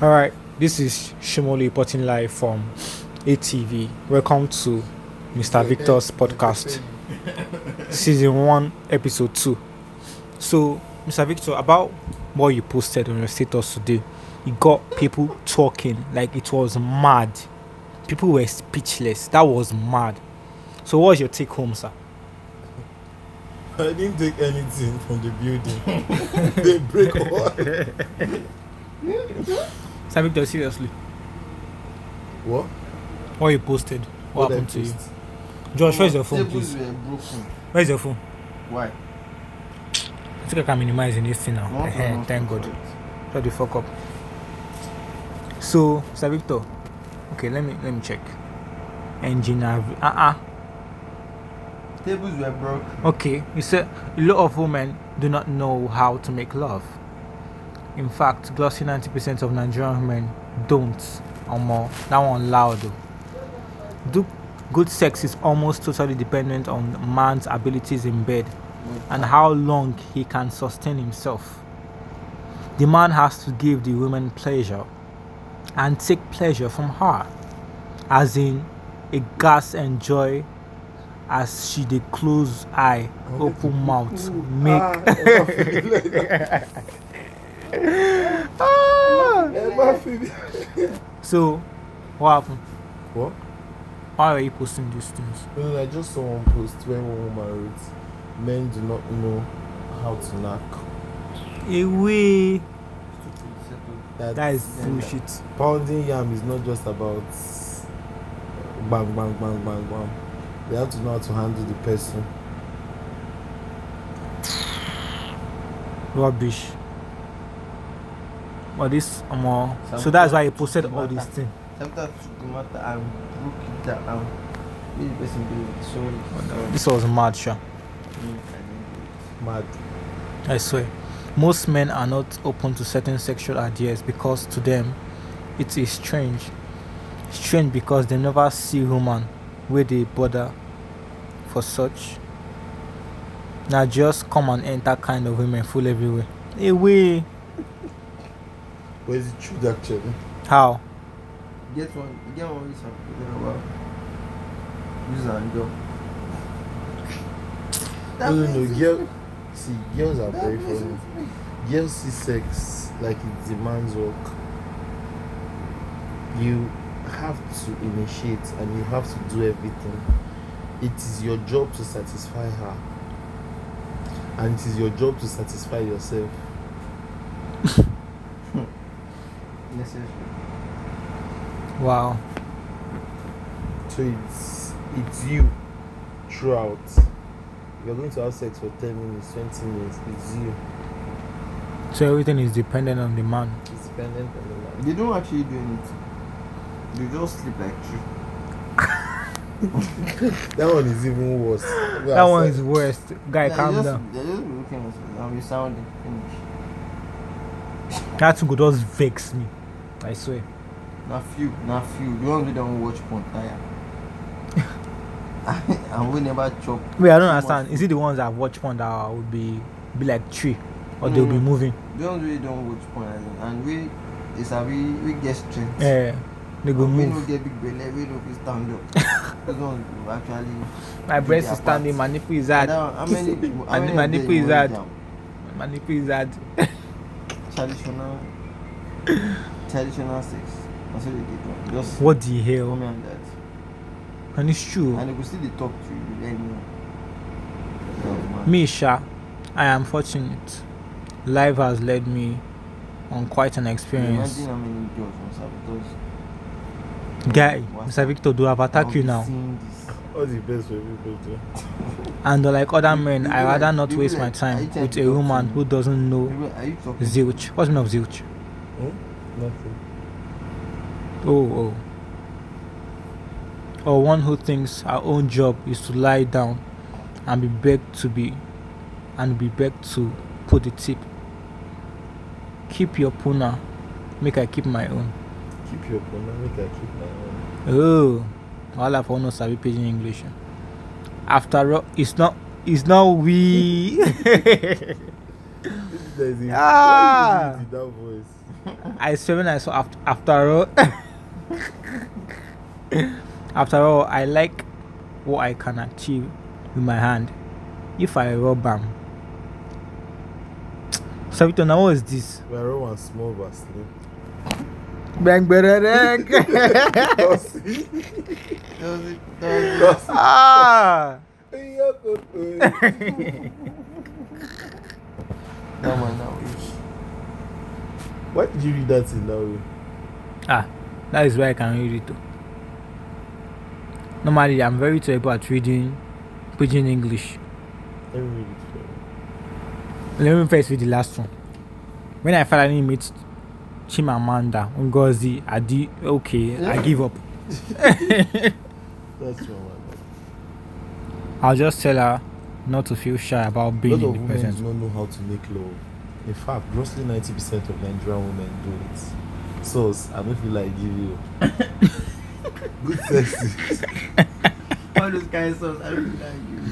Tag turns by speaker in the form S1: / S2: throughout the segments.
S1: All right, this is Shimoli reporting live from ATV. Welcome to Mr. Victor's podcast, season one, episode two. So, Mr. Victor, about what you posted on your status today, it got people talking like it was mad. People were speechless. That was mad. So, what's your take home, sir?
S2: I didn't take anything from the building. they break all.
S1: Mr. Victor, seriously,
S2: What?
S1: what you posted? What,
S2: I
S1: happened to you?
S2: post?
S1: Josh, where's your phone,
S3: Tables
S1: please?
S3: were broken.
S1: Where's your phone?
S3: Why?
S1: I think I can minimize in this thing now.
S3: Not
S1: Ehe, Eh,
S3: enough
S1: Thank God.
S3: for it.
S1: Shut the fuck up. So, Sir Victor. Okay, let me let me check. Engine av- uh-uh.
S3: Tables were broken.
S1: Okay, you said a lot of women do not know how to make love. In fact, glossy 90% of Nigerian women don't or more. That one loud. Do good sex is almost totally dependent on man's abilities in bed and how long he can sustain himself. The man has to give the woman pleasure and take pleasure from her, as in a gas and joy as she dey close eye, open mouth,
S3: Ah,
S1: make.
S2: Emma Phoebe.
S1: Ah! So, what happened?
S2: What?
S1: Why are you posting these things?
S2: No, I just saw one post where one woman wrote, "Men do not know how to knock."
S1: Away.
S2: That,
S1: That is
S2: yeah.
S1: bullshit.
S2: Pounding yam is not just about uh, bang bang bang bang bang. They have to know how to handle the person.
S1: Rubbish. But this, um, uh, so
S3: Some
S1: that's why you
S3: people
S1: posted
S3: do
S1: all these
S3: matter.
S1: things.
S3: Sometimes took the matter and broke it down and made the person do it. Sorry. Sorry.
S1: This was mad, sure.
S3: Me, I didn't do it.
S2: Mad.
S1: I swear. Most men are not open to certain sexual ideas because to them it is strange. Strange because they never see woman where they bother for such. Now just come and enter kind of women full everywhere. Away.
S2: But it's true actually.
S1: How?
S3: Get one, get one with some people that are
S2: No,
S3: Use and go.
S2: no, no. Girl, see, girls are very funny. Girls see sex like it demands work. You have to initiate and you have to do everything. It is your job to satisfy her. And it is your job to satisfy yourself.
S3: Necessary.
S1: Wow.
S2: So it's it's you throughout. You're going to have sex for 10 minutes, 20 minutes. It's you.
S1: So everything is dependent on the man.
S2: It's dependent on the man.
S3: They don't actually do anything. They just sleep like tree.
S2: That one is even worse.
S1: that one is worst. Guy,
S3: They're
S1: calm
S3: just,
S1: down.
S3: They're just looking at you. I'll be sounding. Finish.
S1: That thing could just vex me. I swear.
S3: Na few, na few. The ones wey don watch porn tire. and we never chop.
S1: Wait, I don't understand. Is it the ones that watch one that would be be like tree, or they'll be
S3: Mm.
S1: moving?
S3: The ones wey don watch porn as in, and we is a we we get strength.
S1: Yeah, they go
S3: And we no
S1: Eh, move.
S3: get big belle, we no fit stand up. Those ones go actually.
S1: My
S3: do
S1: breast
S3: their
S1: is standing, my
S3: part.
S1: nipple is
S3: And
S1: hard,
S3: now, how many?
S1: And
S3: How many
S1: my
S3: of them
S1: nipple
S3: you
S1: is
S3: wan
S1: hard.
S3: jam?
S1: my nipple is hard.
S3: Traditional, traditional sex. Na so they dey do. am. Just
S1: What the
S3: tell
S1: hell?
S3: me and that.
S1: And it's true.
S3: And they go still dey talk to you anyhow. Oh, man.
S1: Me, Sha, I am fortunate. Life has led me on quite an experience.
S3: Imagine how many girls on Sabotage.
S1: Guy, Mr. Victor, do I've
S3: Oh,
S1: attacked you now? Oh.
S2: All the best for everybody.
S1: And like other men,
S3: you
S1: I
S3: be
S1: rather
S3: like-
S1: not
S3: you be
S1: waste my
S3: like- I
S1: time
S3: just
S1: with
S3: talk
S1: a
S3: to
S1: woman
S3: you.
S1: who doesn't know
S3: Are you talking?
S1: zilch. What's the mean of zilch?
S2: Nothing.
S1: Oh, oh. Or one who thinks our own job is to lie down and be begged to be and be begged to put the tip. Keep your puna, make I keep my own.
S2: Keep your corner, make I keep my own.
S1: Oh, all I've no sabi pidgin English. After all, it's not it's not we.
S2: There's a
S1: Ah.
S2: why you do it in
S1: I swear when I saw after, after all after all I like what I can achieve with my hand if I rub am. Savito now what is this?
S2: that voice. We are all one small Vaseline.
S1: Bang bang
S2: Tossy.
S3: Does it? Does
S2: Tossy.
S3: it?
S1: Ah
S2: Yoko.
S3: That one, that one.
S2: Why did you read that in that way?
S1: Ah that is why I can read it too. Normally I'm very terrible at reading pidgin English.
S2: Let me read it for you.
S1: Let me first read the last one. When I finally meet Chimamanda Ngozi Adi, okay, I give up.
S2: That's your one.
S1: I'll just tell her not to feel shy about
S2: A
S1: being in
S2: lot of
S1: the
S2: women
S1: present.
S2: do not know how to make love. In fact, grossly 90% of Nigerian women do it. So I don't feel like giving you. Good sex is
S3: All those guys, so I really like you.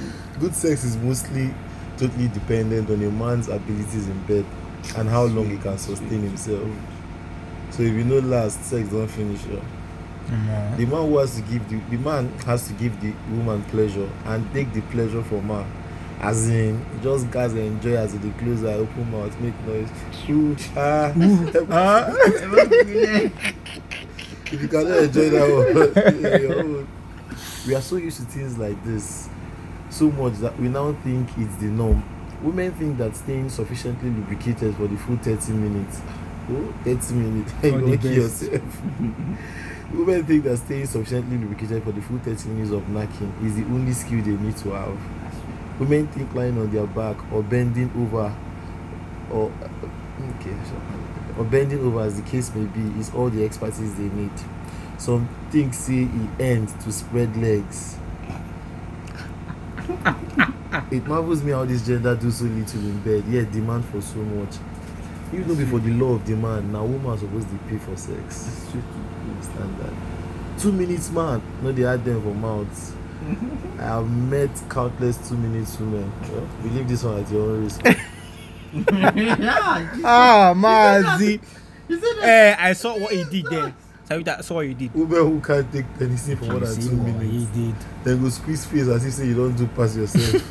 S2: good sex is mostly totally dependent on a man's abilities in bed and how long he can sustain himself. So if you know last, sex don't finish. yeah.
S1: Mm,
S2: The man who has to give the, the man has to give the woman pleasure and take the pleasure from her. As in, just guys enjoy as they close their open mouth, make noise. Ooh, ah, ah.
S3: Everyone be like,
S2: If you cannot enjoy that one, yeah, your own. we are so used to things like this so much that we now think it's the norm. Women think that staying sufficiently lubricated for the full 30 minutes. Oh, 30 minutes.
S1: For
S2: you
S1: the
S2: gonna kill
S1: best.
S2: yourself. Women think that staying sufficiently lubricated for the full 30 minutes of knacking is the only skill they need to have. Women think lying on their back or bending over or okay, sure. or bending over as the case may be is all the expertise they need. Some think say e end to spread legs. it marvels me how this gender do so little in bed yet demand for so much. Even though before the law of demand, na woman suppose dey pay for sex.
S3: It's true to
S2: You understand that? Two minutes man, no dey add them for mouth. I have met countless two minutes women. Well, we leave this one at your own risk.
S3: you. yeah, you-
S1: Ah, Mazi.
S3: you said that.
S1: Eh, I saw what he did there. Savita, I saw what you did.
S2: women who can't take anything for more
S1: You
S2: than
S1: see
S2: two
S1: what he
S2: minutes
S1: did.
S2: dem go squeeze face as if say you don do pass yourself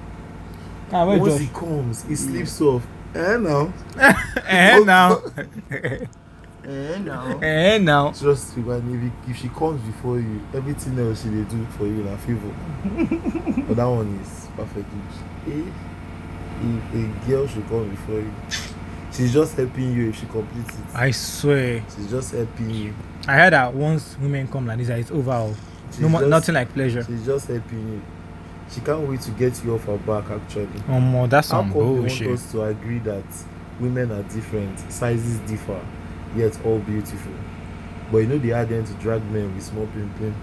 S1: Ah, wait,
S2: once
S1: Josh.
S2: he comes he sleeps off eh now
S1: Eh, now.
S3: Eh, no.
S1: Eh, now.
S2: trust me man if, he, if she comes before you everything else she dey do for you na favour but that one is perfectly if if a girl should come before you she's just helping you if she complete it
S1: I swear.
S2: she's just helping you
S1: I heard that once women come like this, that it's over. oh.
S2: she's
S1: No, mo-
S2: just
S1: nothing like pleasure.
S2: she's just helping you she can't wait to get you off her back actually.
S1: Oh, more. That's
S2: How
S1: some
S2: come you want
S1: bullshit.
S2: us to agree that women are different, sizes differ, yet all beautiful? But you know they are them to drag men with small pin pin.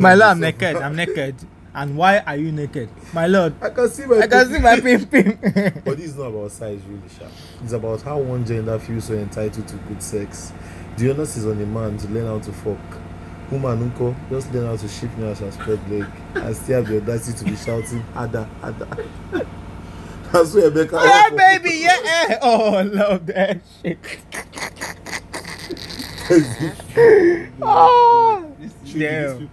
S1: My lord, I'm naked. I'm naked. And why are you naked? My lord,
S2: I can see my.
S1: I can see my pimp pimp.
S2: But this is not about size, really, sharp. It's about how one gender feels so entitled to good sex. The onus is on the man to learn how to fuck. Woman, unko, just learn how to ship nails and spread leg, and still have the audacity to be shouting "Ada, Ada." That's where Becca.
S1: yeah, baby, yeah. eh. Oh, I love that shit. Oh,
S3: This is
S2: Should these
S1: damn.
S2: people-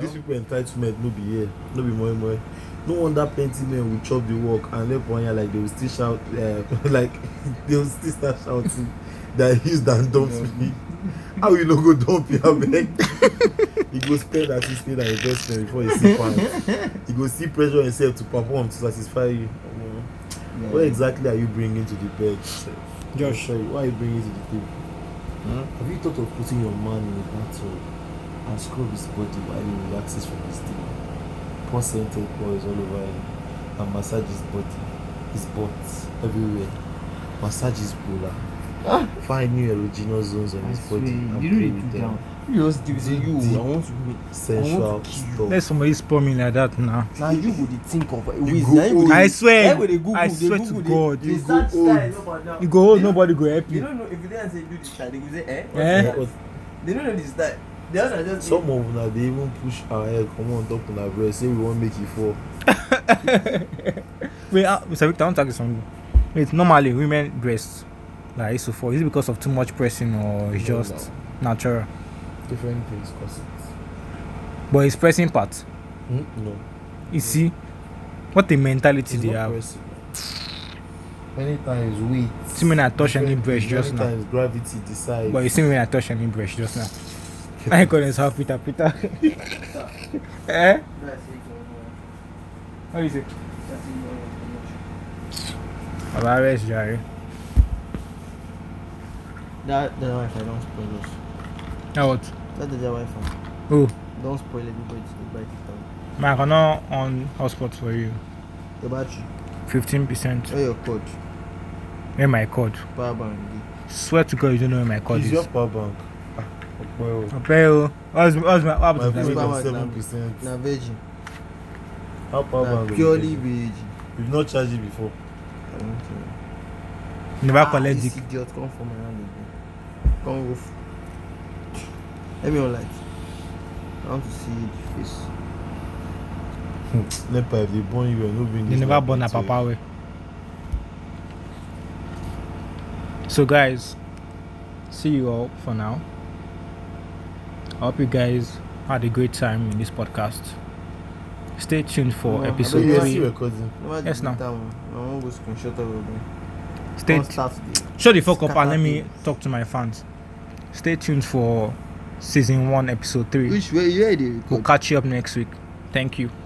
S2: These people entitlement no be here, no be moi moi. No wonder plenty men will chop the work and left one year like they will still shout, uh, like they will still start shouting that use than dump me. How you no go dump your bag? he go spend at least an investment before he see pants. He go see pressure himself to perform to satisfy you.
S3: Yeah.
S2: What exactly are you bringing to the bed?
S1: Josh.
S2: Sorry, what are you bringing to the table?
S3: Hmm?
S2: Have you thought of putting your man in a bathtub and scrub his body while he relaxes from his day? Pour scented oils all over him and massage his body, his butt, everywhere. Massage his bula. Find new erogenous zones on
S3: Ah! I
S2: his
S3: swear,
S2: body and
S3: you
S2: play with
S3: don't need to
S2: them.
S3: down. You just do say
S2: Deep,
S3: you.
S2: deep.
S3: I want to make.
S2: Sensual
S3: kill you.
S2: stuff.
S1: Let somebody spoil me like that now.
S3: Now you go dey think of a
S2: You
S3: ways.
S2: go
S3: Now you
S2: old.
S3: go
S1: I
S3: dey-
S1: swear,
S3: now you go dey Google,
S1: I
S3: dey
S1: swear to
S3: Google,
S1: God,
S3: dey-
S1: you
S3: dey
S2: go
S3: search
S2: old.
S3: style up and down.
S1: You go hold,
S3: They don't-
S1: nobody go help
S3: They
S1: you.
S3: don't know if you didn't say do this style, they go say eh. what's
S1: Eh?
S3: that? They don't know this style. They just are just.
S2: Some of una dey even push our hair come on top una breast say we wan make e fall.
S1: Wait, uh, Mr. Victor, I want to ask you something. Wait, normally women dress like this for. Is it because of too much pressing or it's
S2: No,
S1: just natural?
S2: Different things cause it.
S1: But it's pressing part.
S2: Hmm? No.
S1: You see, what the mentality
S2: It's
S1: they
S2: not
S1: have.
S2: pressing. Many times weight.
S1: See when I touch any
S2: Different-
S1: breast just
S2: many
S1: now.
S2: times gravity decides.
S1: But you see when I touch any breast just now. I call this half Peter Peter. eh?
S3: That's it for
S1: What is it?
S3: That's it for
S1: About rest, Jerry.
S3: That the wife, I don't spoil us.
S1: Now what?
S3: That is the wife. ah.
S1: Oh,
S3: Don't spoil everybody by TikTok.
S1: man, I cannot on hotspot for you.
S3: The battery.
S1: 15%.
S3: Oh, your code.
S1: Where my code?
S3: Power bank. dey.
S1: Swear to God, you don't know where my code
S2: Is
S1: is.
S2: your power bank? Ah, well,
S1: Okay, oh. What's, what's my, what
S2: my
S1: happened to
S2: phone
S1: my
S3: phone
S2: is
S3: is
S2: seven percent.
S3: Na virgin.
S2: How power
S3: Na
S2: bank? will be
S3: purely
S2: there?
S3: virgin.
S2: We've not charged it before.
S3: I don't care.
S1: Never
S2: Ah,
S1: collect
S3: this
S1: the.
S3: idiot come for my hand again. Come roof. Let me on light. I want to see the face.
S2: Nepa, if they born you, you're not being.
S1: Hmm. They never born a
S2: eh.
S1: papa way. So, guys, see you all for now. I hope you guys had a great time in this podcast. Stay tuned for
S3: No, I
S2: So
S1: episode
S2: you
S3: don't
S2: are
S3: we-
S2: still
S1: 3.
S2: recording.
S3: Never
S1: Yes, now.
S3: That one. I won't go screenshot of it.
S1: Stay
S3: Come start today.
S1: Shut the fuck up and
S3: Scatter
S1: let me
S3: things.
S1: talk to my fans. Stay tuned for season 1, episode 3.
S3: Which way? Where they
S1: We'll
S3: record?
S1: catch you up next week. Thank you.